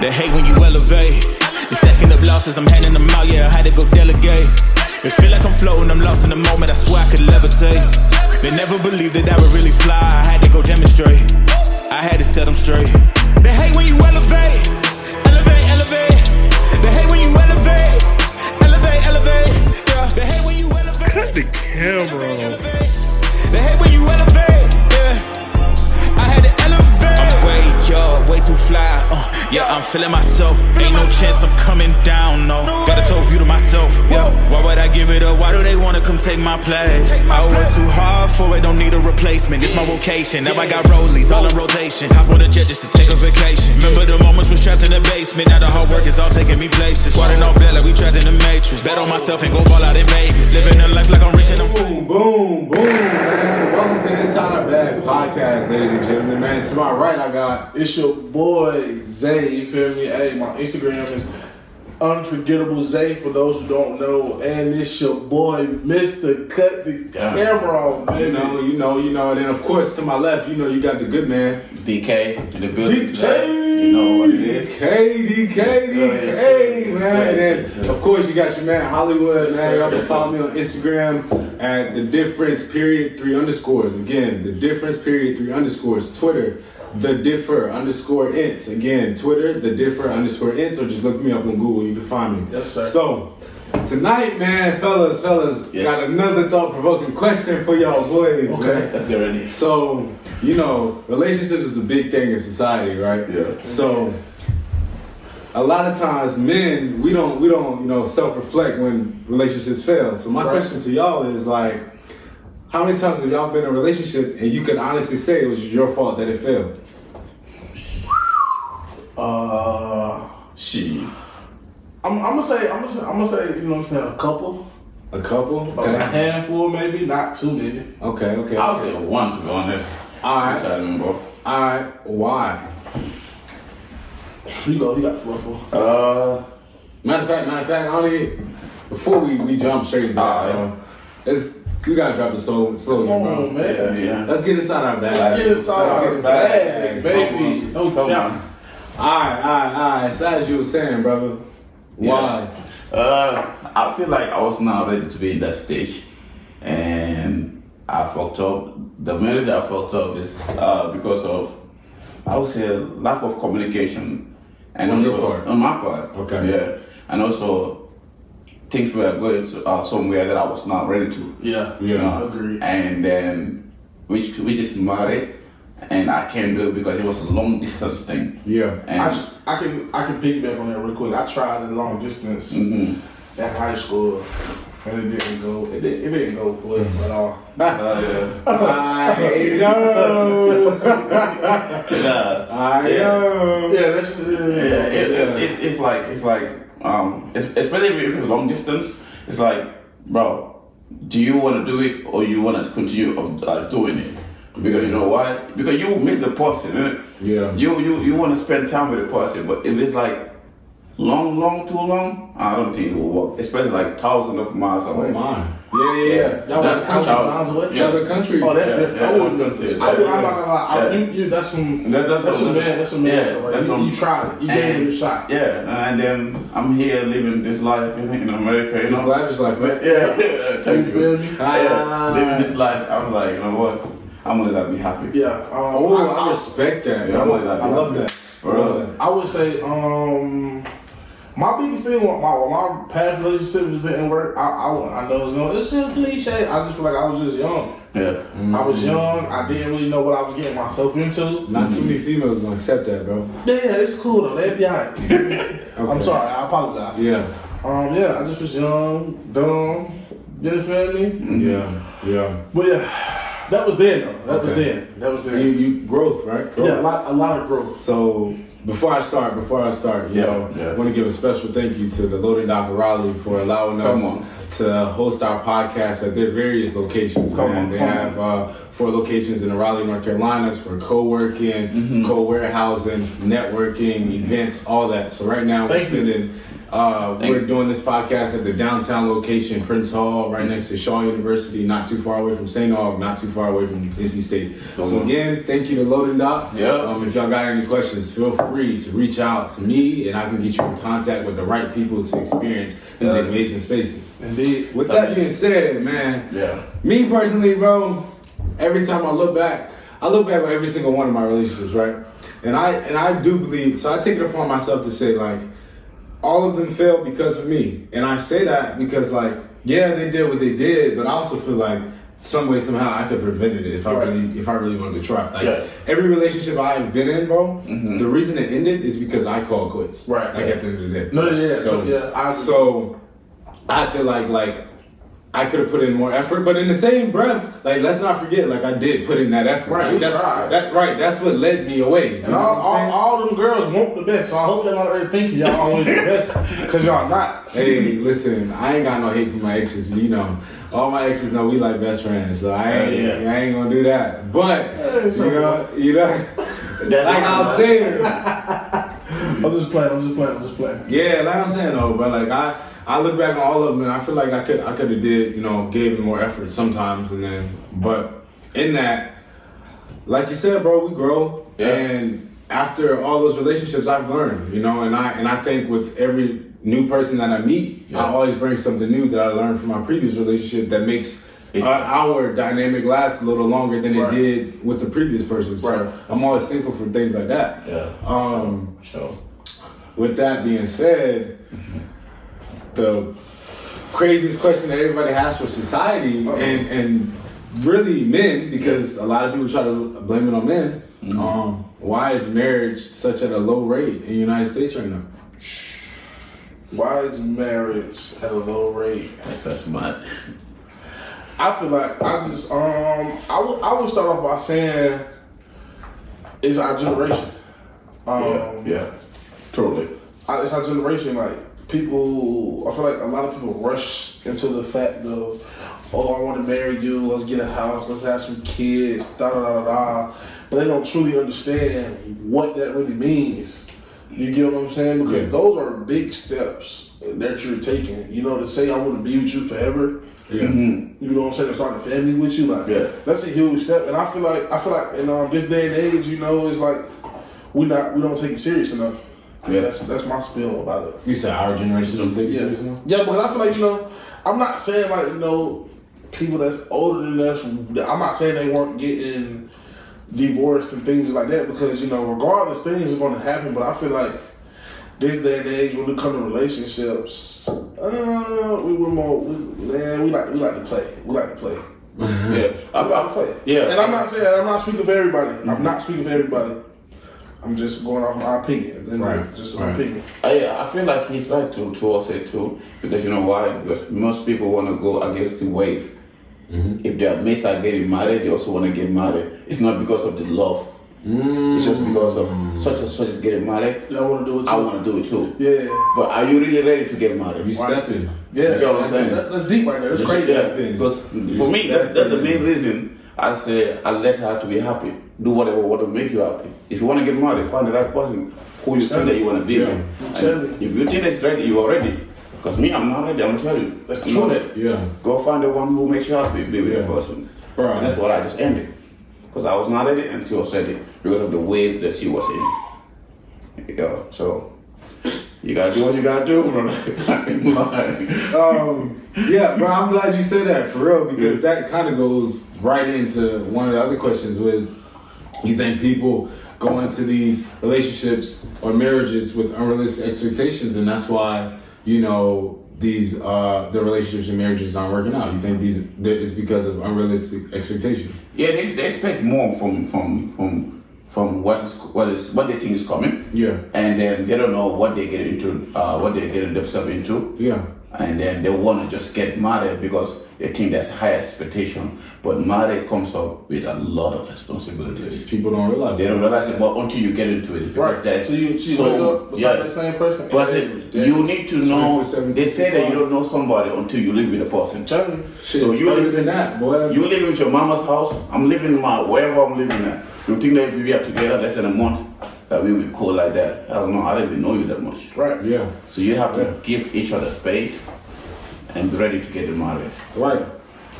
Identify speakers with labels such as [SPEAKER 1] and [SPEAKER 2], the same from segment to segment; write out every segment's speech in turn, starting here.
[SPEAKER 1] They hate when you elevate. They stacking up losses, I'm handing them out, yeah, I had to go delegate. It feel like I'm floating, I'm lost in the moment, I swear I could levitate. They never believed that I would really fly, I had to go demonstrate. I had to set them straight. They hate when you elevate, elevate, elevate. They hate when you elevate, elevate, elevate. Yeah, they hate when you elevate.
[SPEAKER 2] Cut the camera off.
[SPEAKER 1] They hate when you elevate. Yeah. I had to elevate. I'm way up, way too fly. Uh, yeah, I'm feeling myself. Ain't no chance I'm coming down. No, got a soul view to myself. Yeah, why would I give it up? Why do they wanna come take my place? I work too hard for it. Don't need a replacement. It's my vocation. Now I got rollies all in rotation. Hop on a jet just to take a vacation. Remember the moments we trapped in the basement. Now the hard work is all taking me places. Squatting on bed like we trapped in the matrix. Bet on myself and go ball out in Vegas. Living a life like I'm rich and I'm fool.
[SPEAKER 3] Boom, boom, boom, man. Welcome to Inside Our Bag podcast, ladies and gentlemen, man. To my right, I got.
[SPEAKER 4] It's your boy Zay. You feel me? Hey, my Instagram is unforgettable Zay for those who don't know, and it's your boy Mister Cut the Camera off,
[SPEAKER 3] You
[SPEAKER 4] baby.
[SPEAKER 3] know, you know, you know, and then of course to my left, you know, you got the good man.
[SPEAKER 5] DK in the building.
[SPEAKER 3] DK.
[SPEAKER 5] Jay. You know what it is.
[SPEAKER 3] DK, DK, DK, man. And then, of course, you got your man Hollywood, man. Y'all can follow me on Instagram at the difference period three underscores. Again, the difference period three underscores. Twitter, the differ underscore ints. Again, Twitter, the differ underscore ints, or just look me up on Google. You can find me.
[SPEAKER 4] Yes, sir.
[SPEAKER 3] So, tonight, man, fellas, fellas,
[SPEAKER 5] Yes.
[SPEAKER 3] got another thought provoking question for y'all boys, man.
[SPEAKER 5] Let's get ready.
[SPEAKER 3] So, you know, relationship is a big thing in society, right?
[SPEAKER 5] Yeah.
[SPEAKER 3] So a lot of times men, we don't we don't, you know, self-reflect when relationships fail. So my
[SPEAKER 4] Right.
[SPEAKER 3] question to y'all is like how many times have y'all been in a relationship and you can honestly say it was your fault that it failed?
[SPEAKER 4] Uh,
[SPEAKER 5] She.
[SPEAKER 4] I'm, I'm gonna say, I'm gonna say, I'm gonna say, you know what I'm saying? A couple,
[SPEAKER 3] A couple?
[SPEAKER 4] like a
[SPEAKER 3] Okay.
[SPEAKER 4] handful, maybe, not too many.
[SPEAKER 3] Okay, okay.
[SPEAKER 5] I would say one to be honest.
[SPEAKER 3] All right.
[SPEAKER 5] Which I remember.
[SPEAKER 3] Alright, why?
[SPEAKER 4] You go, you got four, four.
[SPEAKER 5] Uh,
[SPEAKER 3] Matter of fact, matter of fact, I only before we, we jump straight into
[SPEAKER 5] Ah,
[SPEAKER 3] that,
[SPEAKER 5] yeah.
[SPEAKER 3] bro, it's we gotta drop it slow slowly,
[SPEAKER 4] Come
[SPEAKER 3] bro.
[SPEAKER 4] on, man.
[SPEAKER 5] yeah, yeah.
[SPEAKER 3] Let's get inside our bag.
[SPEAKER 4] Get inside our bag, baby. No
[SPEAKER 5] Come
[SPEAKER 4] cap.
[SPEAKER 5] on.
[SPEAKER 3] Alright, alright, alright. So as you were saying, brother, why?
[SPEAKER 5] Uh, I feel like I was not ready to be in that stage, and I fucked up. The main reason I fucked up is uh, because of I would say lack of communication, and
[SPEAKER 3] On your
[SPEAKER 5] also-
[SPEAKER 3] part?
[SPEAKER 5] on my part.
[SPEAKER 3] Okay.
[SPEAKER 5] Yeah, and also things were going to, uh, somewhere that I was not ready to.
[SPEAKER 4] Yeah,
[SPEAKER 5] you know.
[SPEAKER 4] Agreed.
[SPEAKER 5] And then we we just married, and I came to because it was a long distance thing.
[SPEAKER 3] Yeah.
[SPEAKER 5] And
[SPEAKER 4] I, s- I can I can piggyback on that real quick. I tried the long distance
[SPEAKER 5] Mm-hmm.
[SPEAKER 4] at high school, and it didn't go. It, did, it didn't go well
[SPEAKER 5] Mm-hmm.
[SPEAKER 4] at all.
[SPEAKER 3] I know.
[SPEAKER 5] yeah,
[SPEAKER 3] I know.
[SPEAKER 4] Yeah, that's
[SPEAKER 5] yeah,
[SPEAKER 4] yeah.
[SPEAKER 5] it, it, it, it's like it's like um, es- especially if it's long distance, it's like, bro, do you want to do it or you want to continue of uh, doing it? Because you know why? Because you miss the person. Innit?
[SPEAKER 3] Yeah.
[SPEAKER 5] You you you want to spend time with the person, but if it's like. Long, long, too long. I don't think it will work, especially like thousands of miles away.
[SPEAKER 4] Oh,
[SPEAKER 3] Mine. Yeah, yeah, yeah.
[SPEAKER 4] That was
[SPEAKER 5] That's
[SPEAKER 4] a country
[SPEAKER 5] how-
[SPEAKER 4] miles away.
[SPEAKER 5] yeah.
[SPEAKER 3] Other country.
[SPEAKER 4] Oh, that's
[SPEAKER 5] Yeah,
[SPEAKER 4] different.
[SPEAKER 5] yeah,
[SPEAKER 4] I wouldn't
[SPEAKER 5] that's
[SPEAKER 4] do
[SPEAKER 5] it.
[SPEAKER 4] I, would- I'm not gonna lie. I,
[SPEAKER 5] Yeah.
[SPEAKER 4] you, you, that's some.
[SPEAKER 5] That- that's
[SPEAKER 4] that's
[SPEAKER 5] what-
[SPEAKER 4] some man. That's some man.
[SPEAKER 5] yeah,
[SPEAKER 4] stuff, right?
[SPEAKER 5] that's
[SPEAKER 4] you,
[SPEAKER 5] what-
[SPEAKER 4] you tried it. You gave it a shot.
[SPEAKER 5] Yeah, and then I'm here living this life in, in America, you
[SPEAKER 3] It's
[SPEAKER 5] know.
[SPEAKER 3] lavish life, man.
[SPEAKER 5] Yeah, yeah, thank
[SPEAKER 4] You feel
[SPEAKER 5] you.
[SPEAKER 4] me?
[SPEAKER 5] Yeah, living this life. I'm like, you know what? I'm gonna let that be happy.
[SPEAKER 4] Yeah. Um,
[SPEAKER 3] Oh,
[SPEAKER 4] I,
[SPEAKER 3] I
[SPEAKER 4] I,
[SPEAKER 3] respect that.
[SPEAKER 5] Yeah, I
[SPEAKER 3] bro.
[SPEAKER 5] like that,
[SPEAKER 3] I
[SPEAKER 5] yeah.
[SPEAKER 3] love that.
[SPEAKER 5] For real.
[SPEAKER 4] I would say um, my biggest thing with my with my past relationships didn't work. I I, I know it's no. It's still cliche. I just feel like I was just young.
[SPEAKER 5] Yeah.
[SPEAKER 4] I was young. I didn't really know what I was getting myself into.
[SPEAKER 3] Not too many females gonna accept that, bro.
[SPEAKER 4] Yeah, yeah, it's cool though. They'd be alright. I'm sorry. I apologize.
[SPEAKER 3] Yeah.
[SPEAKER 4] Um, yeah, I just was young, dumb. You feel me?
[SPEAKER 3] Yeah. Yeah.
[SPEAKER 4] But yeah, that was then though. That was
[SPEAKER 3] Okay.
[SPEAKER 4] then. That was
[SPEAKER 3] You,
[SPEAKER 4] then.
[SPEAKER 3] you growth, right? Growth.
[SPEAKER 4] Yeah, a lot, a lot of growth.
[SPEAKER 3] So before I start, before I start, you
[SPEAKER 5] Yeah,
[SPEAKER 3] know,
[SPEAKER 5] yeah.
[SPEAKER 3] I want to give a special thank you to the Loaded Dock Raleigh for allowing us
[SPEAKER 5] Come on.
[SPEAKER 3] to host our podcast at their various locations.
[SPEAKER 5] Come
[SPEAKER 3] man.
[SPEAKER 5] on,
[SPEAKER 3] they
[SPEAKER 5] come
[SPEAKER 3] have uh, four locations in Raleigh, North Carolina for co-working,
[SPEAKER 5] Mm-hmm.
[SPEAKER 3] co-warehousing, networking, events, all that. So right now
[SPEAKER 4] Thank
[SPEAKER 3] we're
[SPEAKER 4] you.
[SPEAKER 3] feeling Uh,
[SPEAKER 5] Thank
[SPEAKER 3] we're
[SPEAKER 5] you.
[SPEAKER 3] doing this podcast at the downtown location, Prince Hall,
[SPEAKER 5] Mm-hmm.
[SPEAKER 3] right next to Shaw University, not too far away from St. Aug, not too far away from NC State. So
[SPEAKER 5] Mhm.
[SPEAKER 3] again, thank you to Loaded Doc.
[SPEAKER 5] Yeah.
[SPEAKER 3] Um, if y'all got any questions, feel free to reach out to me, and I can get you in contact with the right people to experience these
[SPEAKER 5] Yeah.
[SPEAKER 3] amazing spaces.
[SPEAKER 4] Indeed.
[SPEAKER 3] With that being said, man,
[SPEAKER 5] Yeah.
[SPEAKER 3] me personally, bro, every time I look back, I look back at every single one of my relationships, right? And I and I do believe, so I take it upon myself to say like, all of them failed because of me, and I say that because like, yeah, they did what they did, but I also feel like some way somehow I could have prevented it if I
[SPEAKER 4] Right.
[SPEAKER 3] really if I really wanted to try. Like
[SPEAKER 5] Yeah.
[SPEAKER 3] every relationship I've been in, bro, the reason it ended is because I called quits.
[SPEAKER 4] Mm-hmm. Right.
[SPEAKER 3] Like at the end of the day.
[SPEAKER 4] No, yeah, yeah. So, yeah, I-
[SPEAKER 3] so I feel like like I could have put in more effort, but in the same breath, like let's not forget, like I did put in that effort.
[SPEAKER 4] Right,
[SPEAKER 3] Like,
[SPEAKER 4] you
[SPEAKER 3] that's
[SPEAKER 4] tried.
[SPEAKER 3] that right. That's what led me away. You
[SPEAKER 4] And
[SPEAKER 3] know
[SPEAKER 4] all,
[SPEAKER 3] what I'm
[SPEAKER 4] all,
[SPEAKER 3] saying?
[SPEAKER 4] all them girls want the best, so I hope y'all not already thinking y'all always the best, because y'all not.
[SPEAKER 3] Hey, listen, I ain't got no hate for my exes. You know, all my exes know we like best friends, so I ain't,
[SPEAKER 5] Hell yeah.
[SPEAKER 3] I ain't gonna do that. But you know, you know,
[SPEAKER 5] That's
[SPEAKER 3] like I was saying.
[SPEAKER 4] I'm just playing, I'm just playing, I'm just playing.
[SPEAKER 3] Yeah, like I'm saying though, but like I, I look back on all of them and I feel like I could I could have did you know gave it more effort sometimes and then but in that, like you said, bro, we grow
[SPEAKER 5] Yeah.
[SPEAKER 3] and after all those relationships, I've learned you know and I and I think with every new person that I meet, I
[SPEAKER 5] Yeah.
[SPEAKER 3] always bring something new that I learned from my previous relationship that makes. Uh,
[SPEAKER 5] Yeah.
[SPEAKER 3] our dynamic lasts a little longer than
[SPEAKER 4] Right.
[SPEAKER 3] it did with the previous person, so
[SPEAKER 4] Right.
[SPEAKER 3] I'm always thankful for things like that.
[SPEAKER 5] Yeah.
[SPEAKER 3] Um,
[SPEAKER 5] So,
[SPEAKER 3] with that being said, the craziest question that everybody has for society
[SPEAKER 4] Uh-huh.
[SPEAKER 3] and and really men, because a lot of people try to blame it on men.
[SPEAKER 4] Mm-hmm.
[SPEAKER 3] Um, why is marriage such at a low rate in the United States right now?
[SPEAKER 4] Why is marriage at a low rate?
[SPEAKER 5] that's that's mad.
[SPEAKER 4] I feel like I just um I would I would start off by saying it's our generation. Um,
[SPEAKER 5] Yeah. Yeah. Totally.
[SPEAKER 4] I- it's our generation. Like people, I feel like a lot of people rush into the fact of, oh, I want to marry you. Let's get a house. Let's have some kids. Da da da da. da. But they don't truly understand what that really means. You get what I'm saying? Because
[SPEAKER 3] Yeah.
[SPEAKER 4] those are big steps that you're taking. You know, to say I want to be with you forever.
[SPEAKER 3] Yeah.
[SPEAKER 4] You know what I'm saying? To start a family with you, like
[SPEAKER 5] Yeah.
[SPEAKER 4] that's a huge step. And I feel like I feel like in um, this day and age, you know, it's like we not we don't take it serious enough.
[SPEAKER 5] Yeah.
[SPEAKER 4] That's that's my spill about it.
[SPEAKER 3] You said our generation don't think
[SPEAKER 4] Yeah,
[SPEAKER 3] serious enough?
[SPEAKER 4] yeah, because I feel like you know, I'm not saying like you know, people that's older than us. I'm not saying they weren't getting divorced and things like that because you know, regardless, things are going to happen. But I feel like this day and age, when it comes to relationships, uh, we were more we, man. We like we like to play. We like to play.
[SPEAKER 5] Yeah. I,
[SPEAKER 4] We like to play.
[SPEAKER 5] Yeah.
[SPEAKER 4] and I'm not saying I'm not speaking for everybody. I'm not speaking for everybody. I'm just going off my opinion. Then
[SPEAKER 3] Right,
[SPEAKER 4] Just
[SPEAKER 3] right.
[SPEAKER 4] my opinion.
[SPEAKER 5] I, I feel like he's right to towards it too because you know why? Because most people want to go against the wave. If their mates are getting married, they also want to get married. It's not because of the love. It's just because of such and such is getting married.
[SPEAKER 4] I want to do it. Too.
[SPEAKER 5] I want to do it too.
[SPEAKER 4] Yeah.
[SPEAKER 5] But are you really ready to get married?
[SPEAKER 3] You stepping.
[SPEAKER 4] Yeah,
[SPEAKER 5] You know what I'm
[SPEAKER 4] that's,
[SPEAKER 5] saying?
[SPEAKER 4] that's, that's deep right there. That's
[SPEAKER 5] Just
[SPEAKER 4] crazy.
[SPEAKER 5] step
[SPEAKER 3] thing.
[SPEAKER 5] in. Because for
[SPEAKER 3] Just
[SPEAKER 5] me, that's,
[SPEAKER 3] step
[SPEAKER 5] that's the
[SPEAKER 3] in.
[SPEAKER 5] main reason I say I let her to be happy. Do whatever what will make you happy. If you want to get married, find the right person who you think that you want to be
[SPEAKER 3] Yeah.
[SPEAKER 5] with.
[SPEAKER 4] Tell
[SPEAKER 5] And if you think it's ready, you are ready. Because me, I'm not ready. I'm telling you,
[SPEAKER 4] That's
[SPEAKER 5] I'm not
[SPEAKER 4] true.
[SPEAKER 5] ready.
[SPEAKER 3] Yeah.
[SPEAKER 5] Go find the one who makes you happy. Be with
[SPEAKER 3] Yeah.
[SPEAKER 5] that person.
[SPEAKER 3] Right.
[SPEAKER 5] And that's what I just ended. Because I was not ready and she was ready because of the wave that she was in. You know, so you gotta do what you gotta do, brother.
[SPEAKER 3] Um, yeah, bro, I'm glad you said that for real because that kind of goes right into one of the other questions with you think people go into these relationships or marriages with unrealistic expectations and that's why, you know, these uh the relationships and marriages aren't working out. You think these that it's because of unrealistic expectations.
[SPEAKER 5] Yeah, they, they expect more from from from from what is what is what they think is coming.
[SPEAKER 3] Yeah.
[SPEAKER 5] and then they don't know what they get into, uh, what they get themselves into,
[SPEAKER 3] Yeah.
[SPEAKER 5] and then they want to just get married because they think that's high expectation. But marriage comes up with a lot of responsibilities.
[SPEAKER 3] People don't realize
[SPEAKER 5] They
[SPEAKER 3] that.
[SPEAKER 5] don't realize it, but until you get into it, because
[SPEAKER 4] Right.
[SPEAKER 5] that's
[SPEAKER 4] So you, so you wake up beside that same person.
[SPEAKER 5] But
[SPEAKER 4] every day.
[SPEAKER 5] you need to know.
[SPEAKER 3] 24/7,
[SPEAKER 5] They say that you
[SPEAKER 3] 24.
[SPEAKER 5] don't know somebody until you live with a person.
[SPEAKER 4] Tell me.
[SPEAKER 3] Shit,
[SPEAKER 5] So
[SPEAKER 3] it's
[SPEAKER 5] you-
[SPEAKER 3] further than that, boy.
[SPEAKER 5] You live with your mama's house. I'm living in my wherever I'm living at. You think that if we are together less than a month, that we would call like that. I don't know. I don't even know you that much.
[SPEAKER 4] Right.
[SPEAKER 3] Yeah.
[SPEAKER 5] So you have to
[SPEAKER 3] Yeah.
[SPEAKER 5] give each other space and be ready to get married.
[SPEAKER 3] Right.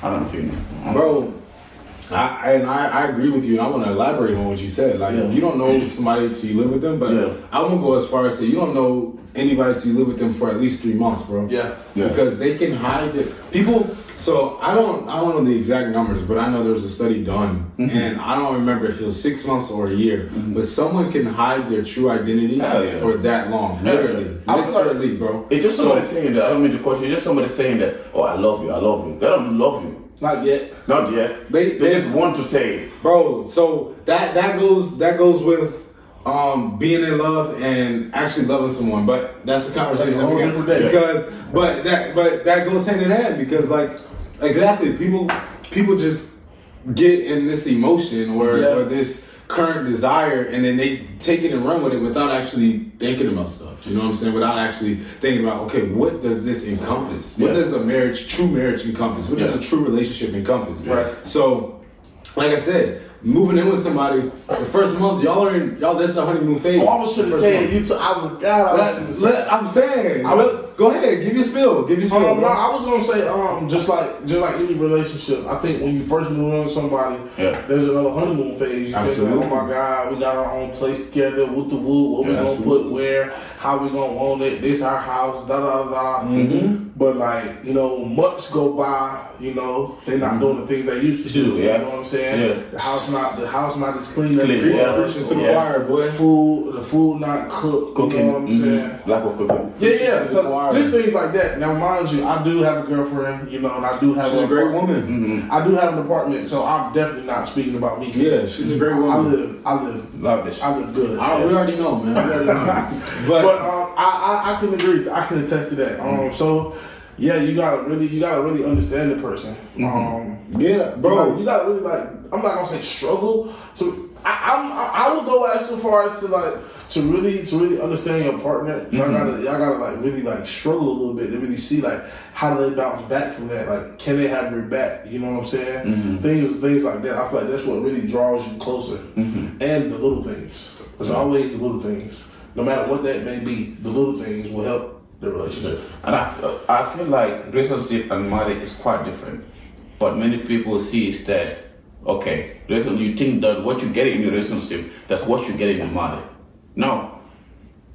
[SPEAKER 5] I don't think,
[SPEAKER 3] Bro, I, and I, I agree with you, and I want to elaborate on what you said. Like,
[SPEAKER 5] Yeah.
[SPEAKER 3] you don't know somebody until you live with them, but
[SPEAKER 5] Yeah.
[SPEAKER 3] I'm gonna go as far as say you don't know anybody until you live with them for at least three months, bro.
[SPEAKER 4] Yeah.
[SPEAKER 5] Yeah.
[SPEAKER 3] because they can hide it. People. So I don't, I don't know the exact numbers, but I know there was a study done,
[SPEAKER 5] Mm-hmm.
[SPEAKER 3] and I don't remember if it was six months or a year, but someone can hide their true identity
[SPEAKER 5] Hell yeah.
[SPEAKER 3] for that long, literally,
[SPEAKER 5] I would-
[SPEAKER 3] literally, bro.
[SPEAKER 5] It's just somebody saying that. I don't mean to question. It's just somebody saying that. Oh, I love you. I love you. They don't love you.
[SPEAKER 3] Not yet.
[SPEAKER 5] Not yet.
[SPEAKER 3] They- they-
[SPEAKER 5] just want to say. it.
[SPEAKER 3] bro. So that that goes that goes with um being in love and actually loving someone. But that's a conversation
[SPEAKER 4] That's a whole
[SPEAKER 3] we got.
[SPEAKER 4] different day.
[SPEAKER 3] because but that but that goes hand in hand because like exactly people people just get in this emotion or
[SPEAKER 4] Yeah.
[SPEAKER 3] or this current desire and then they take it and run with it without actually thinking about stuff. You know what I'm saying? Without actually thinking about okay, what does this encompass? What
[SPEAKER 5] Yeah.
[SPEAKER 3] does a marriage, true marriage encompass? What does
[SPEAKER 5] Yeah.
[SPEAKER 3] a true relationship encompass?
[SPEAKER 5] Right.
[SPEAKER 3] So like I said, moving in with somebody the first month, y'all are in y'all. That's the honeymoon phase.
[SPEAKER 4] Oh, I was
[SPEAKER 3] The
[SPEAKER 4] trying to
[SPEAKER 3] first
[SPEAKER 4] say
[SPEAKER 3] month.
[SPEAKER 4] you. T- I was God.
[SPEAKER 3] Let,
[SPEAKER 4] I was trying to say.
[SPEAKER 3] let- I'm saying.
[SPEAKER 4] I will-
[SPEAKER 3] go ahead. Give your spill. Give your spill.
[SPEAKER 5] Oh,
[SPEAKER 4] Um, no,
[SPEAKER 3] bro.
[SPEAKER 4] I was gonna say um, just like just like any relationship, I think when you first move in with somebody,
[SPEAKER 5] Yeah.
[SPEAKER 4] there's another honeymoon phase. You think,
[SPEAKER 3] Absolutely.
[SPEAKER 4] oh my God, we got our own place together. What the wood? What we
[SPEAKER 5] Yeah,
[SPEAKER 4] gonna
[SPEAKER 5] absolutely.
[SPEAKER 4] put where? How we gonna own it? This our house. Da da da.
[SPEAKER 5] Mm-hmm.
[SPEAKER 4] mm But like you know, months go by. You know, they're not doing the things they used to
[SPEAKER 5] Mm-hmm. Do,
[SPEAKER 4] do.
[SPEAKER 5] yeah.
[SPEAKER 4] You know what I'm saying?
[SPEAKER 5] Yeah.
[SPEAKER 4] The house not the house not as clean as
[SPEAKER 5] Clean,
[SPEAKER 4] it
[SPEAKER 5] yeah.
[SPEAKER 4] was.
[SPEAKER 3] Preaching to the
[SPEAKER 5] Yeah.
[SPEAKER 3] choir, boy.
[SPEAKER 4] The food, the food not cooked. You know what I'm
[SPEAKER 5] mhm.
[SPEAKER 4] saying?
[SPEAKER 5] Lack of cooking.
[SPEAKER 4] Yeah, yeah.
[SPEAKER 3] Just
[SPEAKER 4] So
[SPEAKER 3] wild.
[SPEAKER 4] just things like that. Now, mind you, I do have a girlfriend, you know, and I do have
[SPEAKER 3] She's
[SPEAKER 4] an
[SPEAKER 3] a great
[SPEAKER 4] apartment.
[SPEAKER 3] woman.
[SPEAKER 5] Mm-hmm.
[SPEAKER 4] I do have an apartment, so I'm definitely not speaking about me.
[SPEAKER 3] Yeah, she's a great
[SPEAKER 4] I, I
[SPEAKER 3] woman.
[SPEAKER 4] live, I live,
[SPEAKER 5] Lavish.
[SPEAKER 4] I live good.
[SPEAKER 3] I, We already know, man. We already know. but
[SPEAKER 4] but um, I, I, I can agree. To, I can attest to that.
[SPEAKER 3] Mm-hmm.
[SPEAKER 4] Um, so yeah, you gotta really, you gotta really understand the person.
[SPEAKER 3] Mm-hmm.
[SPEAKER 4] Um,
[SPEAKER 3] yeah,
[SPEAKER 4] bro,
[SPEAKER 3] bro.
[SPEAKER 4] you gotta really like. I'm not gonna say struggle to. I, I'm, I I would go as so far as to like to really to really understand your partner. Y'all gotta y'all gotta like really like struggle a little bit to really see like how do they bounce back from that. Like can they have your back? You know what I'm saying? Things things like that. I feel like that's what really draws you closer. And the little things. It's always the little things. No matter what that may be, the little things will help the relationship.
[SPEAKER 5] And I, feel- I feel like relationship and marriage is quite different. But many people see is that, okay, relation- you think that what you get in your relationship, that's what you get in your marriage. No.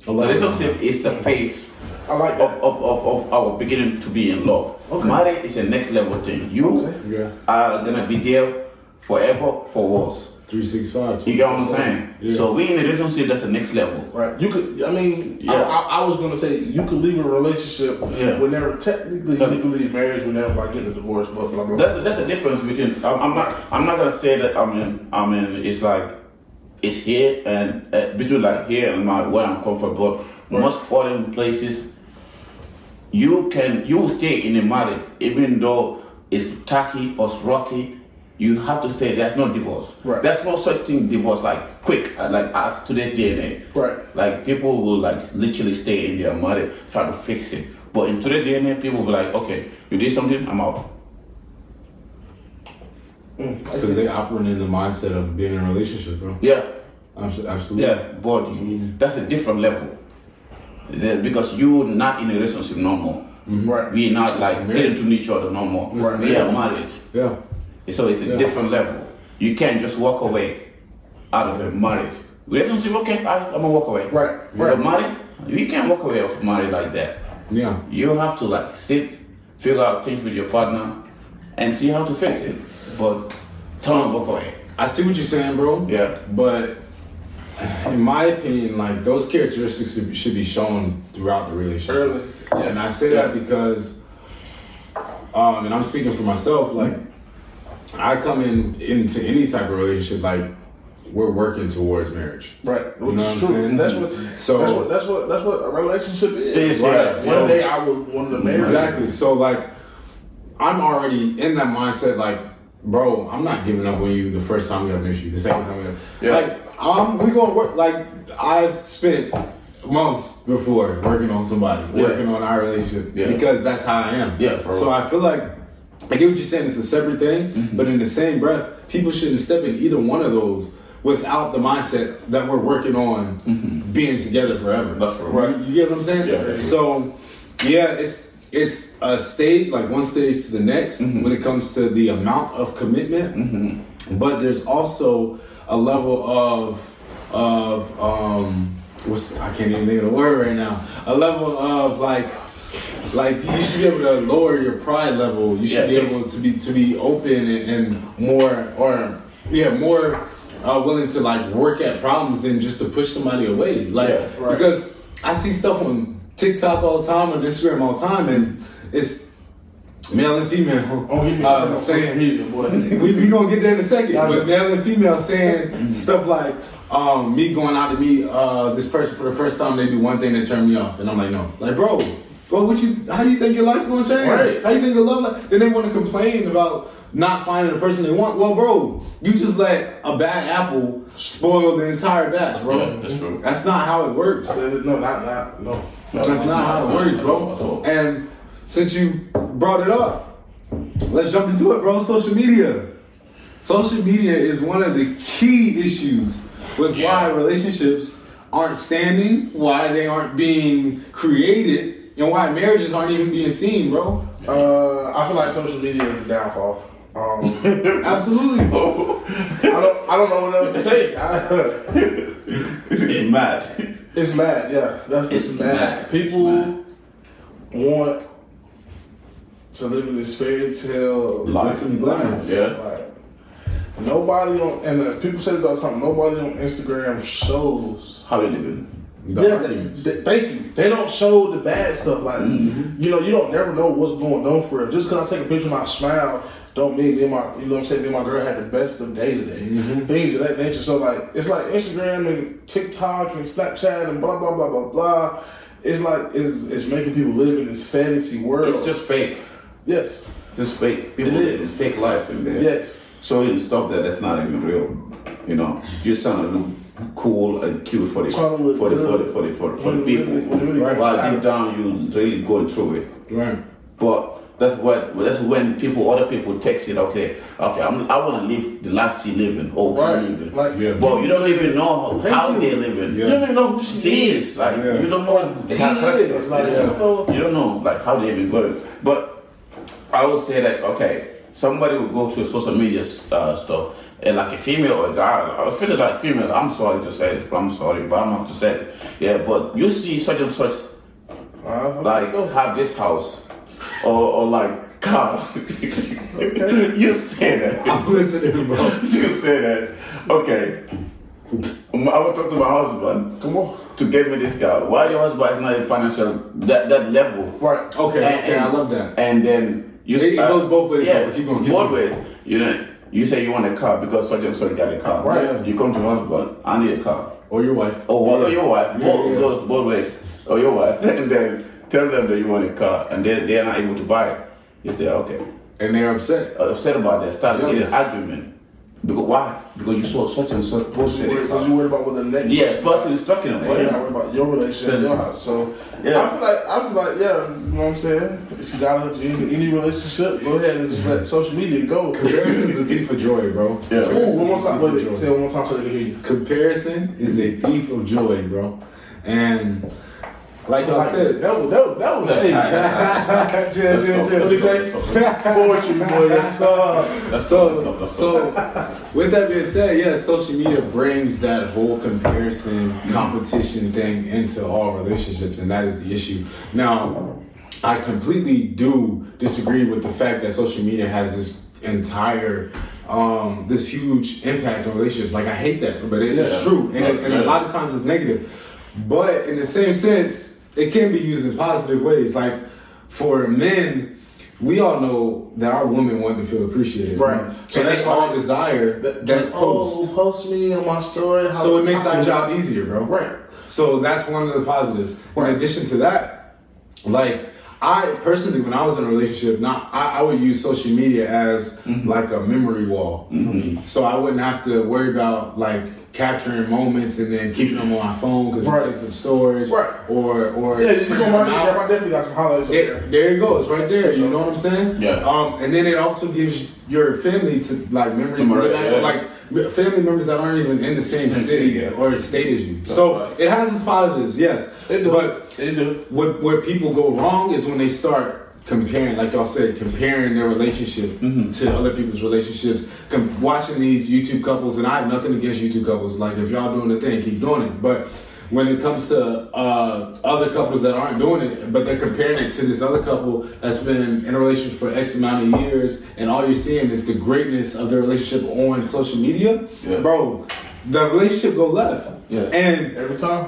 [SPEAKER 3] love
[SPEAKER 5] relationship is the phase
[SPEAKER 4] I like
[SPEAKER 5] of,
[SPEAKER 4] that.
[SPEAKER 5] of, of, of our beginning to be in love.
[SPEAKER 4] Okay.
[SPEAKER 5] Marriage is a next level thing. You
[SPEAKER 4] Okay.
[SPEAKER 3] Yeah.
[SPEAKER 5] are gonna be there forever for us.
[SPEAKER 3] Three six five.
[SPEAKER 5] You get what I'm saying?
[SPEAKER 3] Yeah.
[SPEAKER 5] So we in a relationship that's the next level.
[SPEAKER 4] Right. You could. I mean, I,
[SPEAKER 5] Yeah.
[SPEAKER 4] I, I was gonna say you could leave a relationship
[SPEAKER 5] Yeah.
[SPEAKER 4] whenever technically you could leave marriage whenever like getting a divorce. Blah blah blah.
[SPEAKER 5] That's that's the difference between. I'm, I'm not. I'm not gonna say that. I mean. I mean. It's like it's here and uh, between like here and my where I'm comfortable. Most foreign places, you can you will stay in a marriage even though it's tacky or rocky. You have to stay. There's no divorce.
[SPEAKER 4] Right.
[SPEAKER 5] There's no such thing divorce like quick uh, like as today's day and age.
[SPEAKER 4] Right.
[SPEAKER 5] Like people will like literally stay in their marriage try to fix it. But in today's day and age, people will be like, okay, you did something, I'm out.
[SPEAKER 3] Because they operate in the mindset of being in a relationship, bro.
[SPEAKER 5] Yeah.
[SPEAKER 3] Abso- Absolutely.
[SPEAKER 5] Yeah, but that's a different level. The- because you're not in a relationship no more.
[SPEAKER 4] Right.
[SPEAKER 5] We're not like
[SPEAKER 3] marriage.
[SPEAKER 5] getting to each other no more.
[SPEAKER 3] Right.
[SPEAKER 5] We are married.
[SPEAKER 3] Yeah.
[SPEAKER 5] So it's a
[SPEAKER 3] Yeah.
[SPEAKER 5] different level. You can't just walk away out of a marriage. Relationship, okay, I, I'm gonna walk away.
[SPEAKER 4] Right,
[SPEAKER 5] You're
[SPEAKER 4] right.
[SPEAKER 5] married, you can't walk away of marriage like that.
[SPEAKER 3] Yeah.
[SPEAKER 5] You have to like sit, figure out things with your partner, and see how to fix it. But don't walk away.
[SPEAKER 3] I see what you're saying, bro.
[SPEAKER 5] Yeah.
[SPEAKER 3] But in my opinion, like those characteristics should be, should be shown throughout the relationship.
[SPEAKER 4] Early.
[SPEAKER 3] Yeah, and I say that because, um, and I'm speaking for myself. Like, I come in into any type of relationship like we're working towards marriage.
[SPEAKER 4] Right,
[SPEAKER 3] You know
[SPEAKER 4] which
[SPEAKER 3] what
[SPEAKER 4] is
[SPEAKER 3] I'm
[SPEAKER 4] true,
[SPEAKER 3] saying?
[SPEAKER 4] and that's what
[SPEAKER 3] So-
[SPEAKER 4] that's what that's what that's what a relationship is.
[SPEAKER 5] Is,
[SPEAKER 4] Like,
[SPEAKER 5] yeah.
[SPEAKER 4] One
[SPEAKER 5] So-
[SPEAKER 4] day I would want to marry.
[SPEAKER 3] Exactly. So like, I'm already in that mindset. Like, bro, I'm not giving up on you the first time we have an issue. The second time we have,
[SPEAKER 5] Yeah.
[SPEAKER 3] like, um, we gonna work. Like, I've spent months before working on somebody,
[SPEAKER 5] Yeah.
[SPEAKER 3] working on our relationship
[SPEAKER 5] Yeah.
[SPEAKER 3] because that's how I am.
[SPEAKER 5] Yeah, for
[SPEAKER 3] so
[SPEAKER 5] real. Mm-hmm.
[SPEAKER 3] I feel like I get what you're saying. It's a separate thing, but in the same breath, people shouldn't step in either one of those without the mindset that we're working on being together forever.
[SPEAKER 5] Mm-hmm. That's right.
[SPEAKER 3] Right? You get what I'm saying?
[SPEAKER 5] Yeah.
[SPEAKER 3] So, yeah, it's it's a stage like one stage to the next
[SPEAKER 5] Mm-hmm.
[SPEAKER 3] when it comes to the amount of commitment. But there's also a level of of um what's I can't even think of the word right now. A level of like like you should be able to lower your pride level. You should
[SPEAKER 5] Yeah,
[SPEAKER 3] be
[SPEAKER 5] thanks.
[SPEAKER 3] able to be to be open and, and more or yeah more uh, willing to like work at problems than just to push somebody away. Like
[SPEAKER 5] Yeah, right.
[SPEAKER 3] because I see stuff on TikTok all the time, on Instagram all the time, and it's male and female.
[SPEAKER 4] Oh, give me
[SPEAKER 3] uh,
[SPEAKER 4] some on
[SPEAKER 3] saying-
[SPEAKER 4] social media, boy.
[SPEAKER 3] we we gonna get there in a second.
[SPEAKER 4] Yeah.
[SPEAKER 3] But male and female
[SPEAKER 5] Mm-hmm.
[SPEAKER 3] saying stuff like um, me going out to meet uh, this person for the first time, they do one thing that turn me off, and I'm like, no, like bro, bro, what you? How you think your life gonna change?
[SPEAKER 5] Right.
[SPEAKER 3] How you think your love life? Then they want to complain about not finding the person they want. Well, bro, you just let a bad apple spoil the entire batch, bro.
[SPEAKER 5] Yeah, that's true.
[SPEAKER 3] That's not how it works.
[SPEAKER 4] Said it- No, not not no. no
[SPEAKER 3] That's
[SPEAKER 4] it's
[SPEAKER 3] not how it works,
[SPEAKER 5] At all.
[SPEAKER 3] bro. And since you brought it up, let's jump into it, bro. Social media. Social media is one of the key issues with why
[SPEAKER 5] Yeah.
[SPEAKER 3] relationships aren't standing, why they aren't being created, and why marriages aren't even being seen, bro.
[SPEAKER 4] Uh, I feel like social media is the downfall. Um,
[SPEAKER 3] Absolutely.
[SPEAKER 4] I don't. I don't know what else to say. I-
[SPEAKER 5] it's mad.
[SPEAKER 4] it's mad. Yeah, that's it's,
[SPEAKER 5] It's
[SPEAKER 4] mad.
[SPEAKER 5] mad.
[SPEAKER 4] People
[SPEAKER 5] It's mad.
[SPEAKER 4] want to live in this fairy tale
[SPEAKER 5] Life.
[SPEAKER 4] to be blind.
[SPEAKER 5] Yeah.
[SPEAKER 4] Like, nobody on and uh, people say this all the time. Nobody on Instagram shows.
[SPEAKER 5] How you living?
[SPEAKER 3] The
[SPEAKER 4] yeah,
[SPEAKER 3] arguments.
[SPEAKER 4] th- th- thank you. They don't show the bad stuff. Like
[SPEAKER 5] Mm-hmm.
[SPEAKER 4] you know, you don't never know what's going on for real. Just because I take a picture of my smile, don't mean me and my you know what I'm saying. Me and my girl had the best of day today.
[SPEAKER 5] Mm-hmm.
[SPEAKER 4] Things of that nature. So like, it's like Instagram and TikTok and Snapchat and blah blah blah blah blah. It's like it's, it's making people live in this fantasy world.
[SPEAKER 5] It's just fake.
[SPEAKER 4] yes,
[SPEAKER 5] It's fake. People,
[SPEAKER 4] It is.
[SPEAKER 5] It's fake life in there.
[SPEAKER 4] yes.
[SPEAKER 5] So you stop that. That's not even real. You know, you're trying to look cool and cute for the
[SPEAKER 4] Trying to look
[SPEAKER 5] for the, for the
[SPEAKER 4] good.
[SPEAKER 5] for the for the, for the
[SPEAKER 4] When it
[SPEAKER 5] people.
[SPEAKER 4] really- when it really
[SPEAKER 5] But
[SPEAKER 4] matters.
[SPEAKER 5] deep down, you really going through it.
[SPEAKER 3] Right.
[SPEAKER 5] But that's what that's when people, other people, text it. Okay, okay, I'm, I want to live the life she living or
[SPEAKER 4] Right,
[SPEAKER 5] he living.
[SPEAKER 4] like- Yeah.
[SPEAKER 5] But you don't even know
[SPEAKER 4] Thank
[SPEAKER 5] how
[SPEAKER 4] you.
[SPEAKER 5] they living.
[SPEAKER 3] Yeah.
[SPEAKER 5] You don't even know who she is. Like
[SPEAKER 3] Yeah.
[SPEAKER 5] you don't know
[SPEAKER 4] He
[SPEAKER 5] her character.
[SPEAKER 4] is, like,
[SPEAKER 5] you,
[SPEAKER 4] yeah.
[SPEAKER 5] don't know, you don't know like how they even going. But I would say that okay, somebody would go to social media uh, stuff and like a female or a guy, like, especially like females. I'm sorry to say this, but I'm sorry, but I'm gonna have to say this. Yeah, but you see such and such
[SPEAKER 4] Uh,
[SPEAKER 5] like have this house or, or like cars. you say that.
[SPEAKER 3] I'm listening, bro.
[SPEAKER 5] You say that. Okay. Um, I will talk to my husband. Come on. To get me this car. Why your husband is not in financial that, that level?
[SPEAKER 4] right.
[SPEAKER 3] Okay,
[SPEAKER 5] And-
[SPEAKER 3] okay, I
[SPEAKER 5] and-
[SPEAKER 3] love that.
[SPEAKER 5] And then you
[SPEAKER 3] It goes both ways,
[SPEAKER 5] Yeah,
[SPEAKER 3] though, but keep going, keep
[SPEAKER 5] both
[SPEAKER 3] going.
[SPEAKER 5] ways. You know, you say you want a car because such and such got a car.
[SPEAKER 3] Right.
[SPEAKER 5] You come to your husband. I need a car.
[SPEAKER 3] Or your wife.
[SPEAKER 5] Oh, well, or your wife.
[SPEAKER 3] Yeah,
[SPEAKER 5] both
[SPEAKER 3] yeah.
[SPEAKER 5] goes both ways. Or your wife. And then tell them that you want a car and they, they're not able to buy it. You say, okay. Uh,
[SPEAKER 3] And they're upset.
[SPEAKER 5] Upset about that. Start getting
[SPEAKER 3] Jealous.
[SPEAKER 5] argument. Because why? Because you saw such and such posted a
[SPEAKER 4] Because
[SPEAKER 5] car.
[SPEAKER 4] you worried about what the next
[SPEAKER 5] Yes, person is talking
[SPEAKER 4] And
[SPEAKER 5] about
[SPEAKER 4] you're not
[SPEAKER 5] it.
[SPEAKER 4] worried about your relationship,
[SPEAKER 5] Sense.
[SPEAKER 4] your house. So
[SPEAKER 5] Yeah.
[SPEAKER 4] I feel like I feel like yeah, you know what I'm saying. If you got into any, any relationship, go ahead and just let social media go.
[SPEAKER 3] Comparison's a thief of joy, bro.
[SPEAKER 5] Yeah.
[SPEAKER 4] Ooh, one more time,
[SPEAKER 3] Thief of joy.
[SPEAKER 4] wait, say it one more time so they can hear you.
[SPEAKER 3] comparison is a thief of joy, bro. And like I
[SPEAKER 4] Like,
[SPEAKER 3] said,
[SPEAKER 4] that was that was that was hey, chill,
[SPEAKER 5] Let's
[SPEAKER 4] chill,
[SPEAKER 5] go.
[SPEAKER 4] chill. What he say? Poetry, boy. That's uh,
[SPEAKER 5] That's all,
[SPEAKER 3] so
[SPEAKER 5] that's all.
[SPEAKER 3] so with that being said, yeah, social media brings that whole comparison competition thing into all relationships, and that is the issue. Now, I completely do disagree with the fact that social media has this entire um this huge impact on relationships. Like I hate that, but it is
[SPEAKER 5] Yeah.
[SPEAKER 3] true, and, it- and a
[SPEAKER 5] Yeah.
[SPEAKER 3] lot of times it's negative. But in the same sense, it can be used in positive ways. Like for men, we all know that our women want to feel appreciated,
[SPEAKER 4] Right.
[SPEAKER 3] Mm. So that's all desire that, post.
[SPEAKER 4] Oh, post me on my story. how-
[SPEAKER 3] So it makes
[SPEAKER 4] how-
[SPEAKER 3] our job easier, bro.
[SPEAKER 4] Right.
[SPEAKER 3] So that's one of the positives. In addition to that, like I personally, when I was in a relationship, not I, I would use social media as
[SPEAKER 4] Mm-hmm.
[SPEAKER 3] like a memory wall for me, so I wouldn't have to worry about like capturing moments and then keeping them on my phone because
[SPEAKER 4] Right.
[SPEAKER 3] it takes up storage,
[SPEAKER 4] Right.
[SPEAKER 3] Or or
[SPEAKER 4] Yeah, you go
[SPEAKER 3] printing
[SPEAKER 4] on my
[SPEAKER 3] them out.
[SPEAKER 4] Instagram. I definitely got some highlights. up
[SPEAKER 3] There,
[SPEAKER 4] there.
[SPEAKER 3] there it goes, right there. You know what I'm saying?
[SPEAKER 5] Yeah.
[SPEAKER 3] Um, and then it also gives your family to like memories. to look
[SPEAKER 5] Right,
[SPEAKER 3] back
[SPEAKER 5] yeah.
[SPEAKER 3] on, Like m- family members that aren't even in the same city or state as you. So it has its positives, yes.
[SPEAKER 4] It do.
[SPEAKER 3] But
[SPEAKER 4] it do.
[SPEAKER 3] what where people go wrong is when they start comparing, like y'all said, comparing their relationship
[SPEAKER 5] Mm-hmm.
[SPEAKER 3] to other people's relationships. Com- watching these YouTube couples, and I have nothing against YouTube couples. Like if y'all doing the thing, keep doing it. But when it comes to uh, other couples that aren't doing it, but they're comparing it to this other couple that's been in a relationship for X amount of years, and all you're seeing is the greatness of their relationship on social media,
[SPEAKER 5] Yeah.
[SPEAKER 3] bro. The relationship go left,
[SPEAKER 5] Yeah.
[SPEAKER 3] and
[SPEAKER 4] Every time.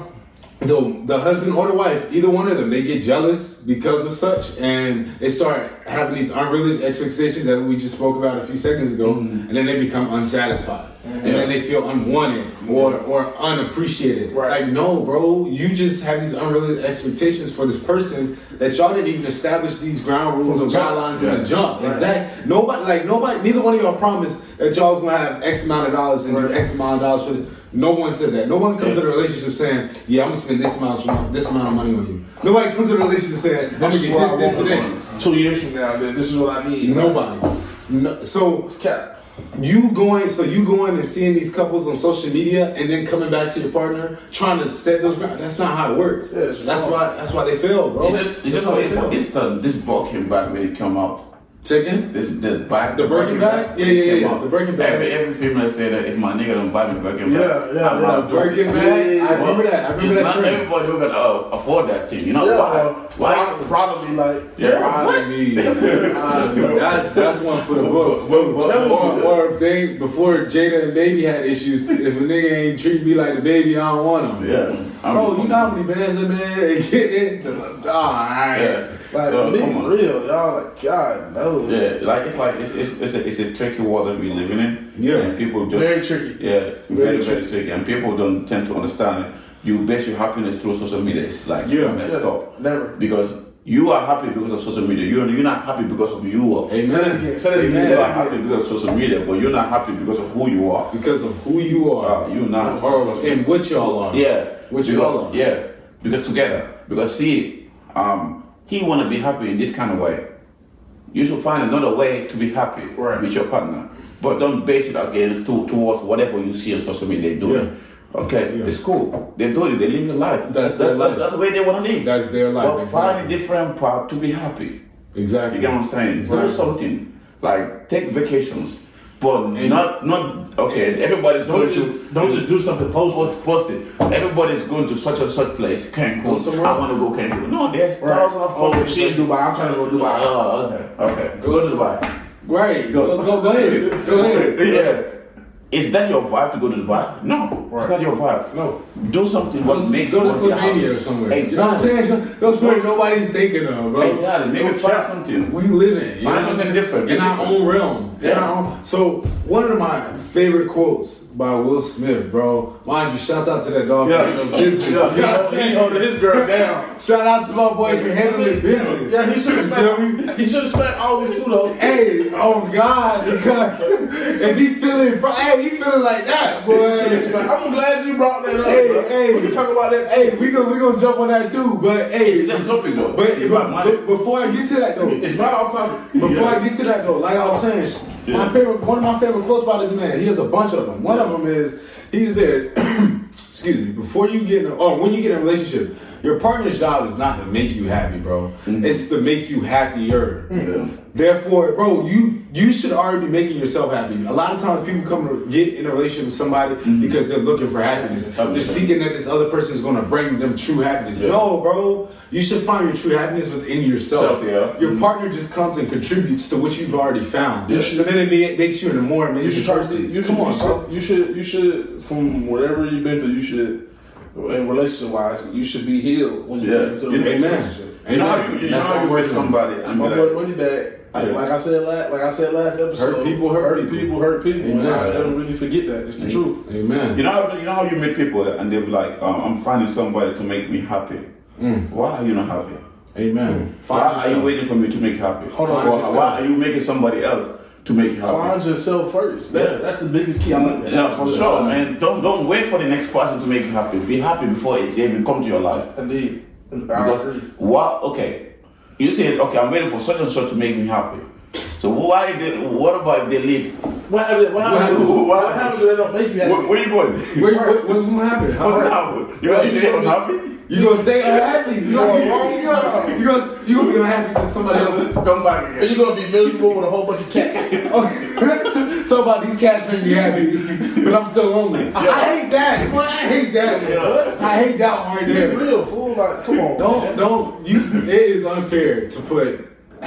[SPEAKER 3] the the husband or the wife, either one of them, they get jealous because of such, and they start having these unrealistic expectations that we just spoke about a few seconds ago, and then they become unsatisfied, and then they feel unwanted or or unappreciated.
[SPEAKER 4] Right.
[SPEAKER 3] Like, no, bro, you just have these unrealistic expectations for this person that y'all didn't even establish these ground rules
[SPEAKER 4] the
[SPEAKER 3] or
[SPEAKER 4] jump.
[SPEAKER 3] guidelines
[SPEAKER 5] Yeah.
[SPEAKER 3] in the jump.
[SPEAKER 4] Right.
[SPEAKER 3] Exactly. Nobody, like nobody, neither one of y'all promised that y'all's gonna have X amount of dollars and do X amount of dollars for. This. No one said that. No one comes to the relationship saying, "Yeah, I'm gonna spend this amount, of, this amount of money on you." Nobody comes to the relationship saying, "I'm gonna
[SPEAKER 4] This is what
[SPEAKER 3] get
[SPEAKER 4] I
[SPEAKER 3] this, this,
[SPEAKER 4] want
[SPEAKER 3] and that."
[SPEAKER 4] in two years from now. Then this is what I need.
[SPEAKER 3] Nobody. No, so
[SPEAKER 4] It's cap.
[SPEAKER 3] you going, so you going and seeing these couples on social media, and then coming back to your partner trying to set those grounds. That's not how it works.
[SPEAKER 4] Yeah, it's
[SPEAKER 3] that's
[SPEAKER 4] wrong.
[SPEAKER 3] why. That's why they fail, bro.
[SPEAKER 5] It's just, it's just wait for this, uh, this ball came back when it came out.
[SPEAKER 3] Chicken.
[SPEAKER 5] This the back,
[SPEAKER 3] The Birkin bag? Yeah, yeah, yeah, yeah, the Birkin bag.
[SPEAKER 5] Every every female say that if my nigga don't buy me Birkin
[SPEAKER 4] Yeah,
[SPEAKER 5] bag,
[SPEAKER 4] yeah,
[SPEAKER 5] I'm
[SPEAKER 4] yeah.
[SPEAKER 5] not doing
[SPEAKER 3] Birkin
[SPEAKER 5] it.
[SPEAKER 3] bag? I remember that. I remember
[SPEAKER 5] it's
[SPEAKER 3] that
[SPEAKER 5] Not
[SPEAKER 3] trend.
[SPEAKER 5] everybody who can uh, afford that thing. You know
[SPEAKER 4] Yeah.
[SPEAKER 5] why?
[SPEAKER 4] well,
[SPEAKER 5] Why?
[SPEAKER 4] prob- Probably like.
[SPEAKER 5] Yeah.
[SPEAKER 3] I mean, that's that's one for the books.
[SPEAKER 5] What- what- what-
[SPEAKER 3] or, or if they before Jada and Baby had issues, if a nigga ain't treat me like the baby, I don't want him.
[SPEAKER 5] Yeah. I'm-
[SPEAKER 3] Bro, you know how many bands that man ain't getting? Alright.
[SPEAKER 5] Yeah.
[SPEAKER 4] Like
[SPEAKER 5] so
[SPEAKER 4] being
[SPEAKER 5] come on.
[SPEAKER 4] real, y'all like God knows.
[SPEAKER 5] Yeah, like it's like it's it's it's a, it's a tricky world that we're living in.
[SPEAKER 3] Yeah.
[SPEAKER 5] and people just
[SPEAKER 4] Very tricky.
[SPEAKER 5] Yeah, very very
[SPEAKER 4] Very
[SPEAKER 5] tricky. and people don't tend to understand. it. You base your happiness through social media. It's like
[SPEAKER 3] Yeah.
[SPEAKER 5] messed
[SPEAKER 4] Yeah.
[SPEAKER 5] up.
[SPEAKER 4] Never.
[SPEAKER 5] because you are happy because of social media. You're you're not happy because of who you are.
[SPEAKER 3] Amen.
[SPEAKER 4] Say that again. Say that
[SPEAKER 5] You
[SPEAKER 4] again. Say
[SPEAKER 5] are
[SPEAKER 4] that
[SPEAKER 5] happy
[SPEAKER 4] again.
[SPEAKER 5] because of social media, but you're not happy because of who you are.
[SPEAKER 3] Because of who Oh, you
[SPEAKER 5] Uh,
[SPEAKER 3] are.
[SPEAKER 5] you not.
[SPEAKER 3] Or and what y'all are.
[SPEAKER 5] Yeah.
[SPEAKER 3] What you
[SPEAKER 5] because,
[SPEAKER 3] all are.
[SPEAKER 5] Yeah. Because together. Because see, um, he wanna be happy in this kind of way. You should find another way to be happy
[SPEAKER 4] Right.
[SPEAKER 5] with your partner. But don't base it against to, towards whatever you see on social media doing. Okay, it's cool. They do it, they live their life.
[SPEAKER 3] That's
[SPEAKER 5] that's,
[SPEAKER 3] their life.
[SPEAKER 5] that's the way they wanna live.
[SPEAKER 3] That's their life.
[SPEAKER 5] but find
[SPEAKER 3] exactly.
[SPEAKER 5] a different path to be happy.
[SPEAKER 3] exactly.
[SPEAKER 5] You get what I'm saying?
[SPEAKER 3] Right.
[SPEAKER 5] Do something. Like take vacations. But
[SPEAKER 3] And-
[SPEAKER 5] not not okay, everybody's
[SPEAKER 4] Don't
[SPEAKER 5] going to
[SPEAKER 4] you don't you do something post?
[SPEAKER 5] post was posted. Everybody's going to such and such place.
[SPEAKER 3] Go
[SPEAKER 5] Cancun.
[SPEAKER 3] somewhere
[SPEAKER 5] I
[SPEAKER 3] else.
[SPEAKER 5] want to go Cancun. No, there's
[SPEAKER 4] Right.
[SPEAKER 5] thousands of
[SPEAKER 4] Oh,
[SPEAKER 5] places.
[SPEAKER 4] shit, Dubai. I'm trying to go to Dubai.
[SPEAKER 5] Oh, okay. Okay. Go to Dubai.
[SPEAKER 3] Right. Go, go, go ahead. Go ahead.
[SPEAKER 5] Yeah. Is that your vibe to go to Dubai? No, it's
[SPEAKER 4] Right.
[SPEAKER 5] not your vibe.
[SPEAKER 4] No.
[SPEAKER 5] Do something what
[SPEAKER 3] Go
[SPEAKER 5] makes
[SPEAKER 3] to
[SPEAKER 5] what you happy.
[SPEAKER 3] Slovenia or somewhere.
[SPEAKER 5] Exactly.
[SPEAKER 3] You know what I'm saying? That's where nobody's thinking of, bro.
[SPEAKER 5] Exactly. Maybe
[SPEAKER 3] No
[SPEAKER 5] find
[SPEAKER 3] cap.
[SPEAKER 5] something.
[SPEAKER 3] We live in. you
[SPEAKER 5] Find
[SPEAKER 3] know what I'm
[SPEAKER 5] something
[SPEAKER 3] saying?
[SPEAKER 5] different.
[SPEAKER 3] In our
[SPEAKER 5] Different.
[SPEAKER 3] own realm. In
[SPEAKER 5] Yeah.
[SPEAKER 3] our own- So one of my favorite quotes by Will Smith, bro. Mind you, shout out to that dog for
[SPEAKER 4] Yeah.
[SPEAKER 3] handling business.
[SPEAKER 4] Yeah,
[SPEAKER 3] You know what I'm
[SPEAKER 4] he
[SPEAKER 3] saying?
[SPEAKER 4] holding his girl down.
[SPEAKER 3] Shout out to my boy for handling business.
[SPEAKER 4] Yeah, he should
[SPEAKER 3] You feel me?
[SPEAKER 4] spent. He should spent all these too though.
[SPEAKER 3] Hey, oh God, because if he feeling, bro, hey, he feeling like that, boy.
[SPEAKER 4] I'm glad you brought that up.
[SPEAKER 3] Hey,
[SPEAKER 4] bro.
[SPEAKER 3] hey.
[SPEAKER 4] we can talk about that.
[SPEAKER 3] Hey, we gonna we gonna jump on that too, but hey,
[SPEAKER 5] It's not topic though.
[SPEAKER 3] but,
[SPEAKER 5] It's about money.
[SPEAKER 3] but before I get to that though,
[SPEAKER 4] It's not off topic.
[SPEAKER 3] Before
[SPEAKER 5] Yeah.
[SPEAKER 3] I get to that though, like I was saying, my favorite, one of my favorite quotes by this man. He has a bunch of them. One of them is he said, "Excuse me, before you get in, a, or when you get in a relationship, your partner's job is not to make you happy, bro.
[SPEAKER 4] Mm-hmm.
[SPEAKER 3] It's to make you happier. Therefore, bro, you you should already be making yourself happy. A lot of times people come to get in a relationship with somebody
[SPEAKER 4] Mm-hmm.
[SPEAKER 3] because they're looking for happiness. They're seeking that this other person is going to bring them true happiness. No, bro, you should find your true happiness within yourself.
[SPEAKER 5] Self, yeah.
[SPEAKER 3] Your
[SPEAKER 4] Mm-hmm.
[SPEAKER 3] partner just comes and contributes to what you've already found.
[SPEAKER 5] Yeah.
[SPEAKER 3] So then it ma- makes you in a more amazing
[SPEAKER 4] You should try to
[SPEAKER 3] person.
[SPEAKER 4] see. You should,
[SPEAKER 3] Come on,
[SPEAKER 4] you
[SPEAKER 3] bro.
[SPEAKER 4] should, you should, you should, from whatever you've been through, you should, in relationship wise, you should be healed when you
[SPEAKER 5] Yeah.
[SPEAKER 4] get into a
[SPEAKER 5] You know,
[SPEAKER 3] Amen.
[SPEAKER 4] relationship.
[SPEAKER 5] You know how you,
[SPEAKER 3] Amen.
[SPEAKER 5] you know
[SPEAKER 3] That's what
[SPEAKER 5] how you
[SPEAKER 3] I'm
[SPEAKER 5] with
[SPEAKER 3] working on.
[SPEAKER 5] somebody and be
[SPEAKER 4] My
[SPEAKER 5] like,
[SPEAKER 4] boy Money Bag, I-
[SPEAKER 5] Yeah.
[SPEAKER 4] like I said last, like I said last episode,
[SPEAKER 3] Hurt people hurt people.
[SPEAKER 4] people, hurt people, and I
[SPEAKER 5] Amen.
[SPEAKER 4] never really forget that. It's the truth.
[SPEAKER 3] Amen.
[SPEAKER 5] You know, how, you know how you meet people and they'll be like, um, I'm finding somebody to make me happy. Why are you not happy?
[SPEAKER 3] Amen. Find
[SPEAKER 5] Why are
[SPEAKER 3] yourself.
[SPEAKER 5] you waiting for me to make you happy?
[SPEAKER 4] Hold on,
[SPEAKER 5] Why-
[SPEAKER 4] just-
[SPEAKER 5] why are you making somebody else to make you happy?
[SPEAKER 4] Find yourself first. That's
[SPEAKER 5] Yeah.
[SPEAKER 4] that's the biggest key. I like that.
[SPEAKER 5] Yeah, for sure, man. Don't don't wait for the next person to make you happy. Be happy before it even come to your life.
[SPEAKER 4] Indeed, I
[SPEAKER 5] Because
[SPEAKER 4] agree.
[SPEAKER 5] what? Okay, you said okay. I'm waiting for such and such to make me happy. So why? They, what about if they leave?
[SPEAKER 4] What happened? What happened?
[SPEAKER 5] What-
[SPEAKER 4] What, happened? They don't make you happy.
[SPEAKER 5] Where, where you going?
[SPEAKER 3] Wait, what, what's gonna happen? How-
[SPEAKER 5] What's happening? You want to stay unhappy?
[SPEAKER 3] You gonna stay unhappy? You gonna
[SPEAKER 4] For a long time.
[SPEAKER 3] you gonna you gonna be unhappy till somebody else
[SPEAKER 5] Come back
[SPEAKER 4] And
[SPEAKER 5] again.
[SPEAKER 4] you're gonna be miserable with a whole bunch of cats.
[SPEAKER 3] Oh, Talk about these cats make me happy, but I'm still lonely. I hate that. Boy, I hate that. I hate that one right
[SPEAKER 4] Be
[SPEAKER 3] there.
[SPEAKER 4] real fool. Like, come on.
[SPEAKER 3] Don't don't you. It is unfair to put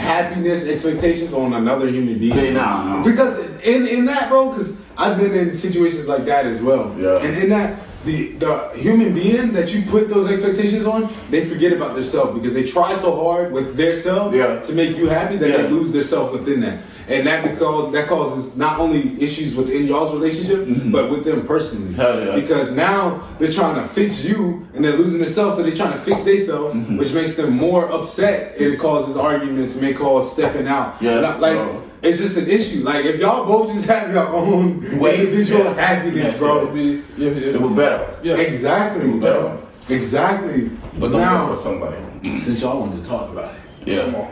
[SPEAKER 3] happiness expectations on another human being.
[SPEAKER 5] Okay, now, now.
[SPEAKER 3] Because in in that, bro, because I've been in situations like that as well.
[SPEAKER 5] Yeah.
[SPEAKER 3] And in that, the the human being that you put those expectations on, they forget about themselves because they try so hard with their self
[SPEAKER 5] Yeah.
[SPEAKER 3] to make you happy that they
[SPEAKER 5] Yeah.
[SPEAKER 3] lose their self within that. And that because that causes not only issues within y'all's relationship, but with them personally.
[SPEAKER 5] Mm-hmm. Hell yeah.
[SPEAKER 3] Because now they're trying to fix you and they're losing themselves, so they're trying to fix themselves,
[SPEAKER 5] Mm-hmm.
[SPEAKER 3] which makes them more upset. and It causes arguments, may cause stepping out.
[SPEAKER 5] Yeah.
[SPEAKER 3] Not- like
[SPEAKER 5] Bro.
[SPEAKER 3] it's just an issue. Like if y'all both just have your own
[SPEAKER 5] Ways,
[SPEAKER 3] individual
[SPEAKER 5] yeah.
[SPEAKER 3] happiness,
[SPEAKER 5] Yes,
[SPEAKER 3] bro.
[SPEAKER 4] Be, yeah, yeah.
[SPEAKER 5] It will better.
[SPEAKER 4] Yeah.
[SPEAKER 3] Exactly,
[SPEAKER 5] Yeah.
[SPEAKER 3] bro. Exactly.
[SPEAKER 5] But don't
[SPEAKER 3] now,
[SPEAKER 5] go for somebody.
[SPEAKER 3] since y'all want to talk about it,
[SPEAKER 4] Come
[SPEAKER 5] Yeah.
[SPEAKER 4] on.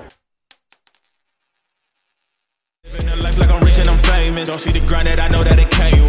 [SPEAKER 1] Living a life like I'm rich and I'm famous. Don't see the grind that I know that it came oh.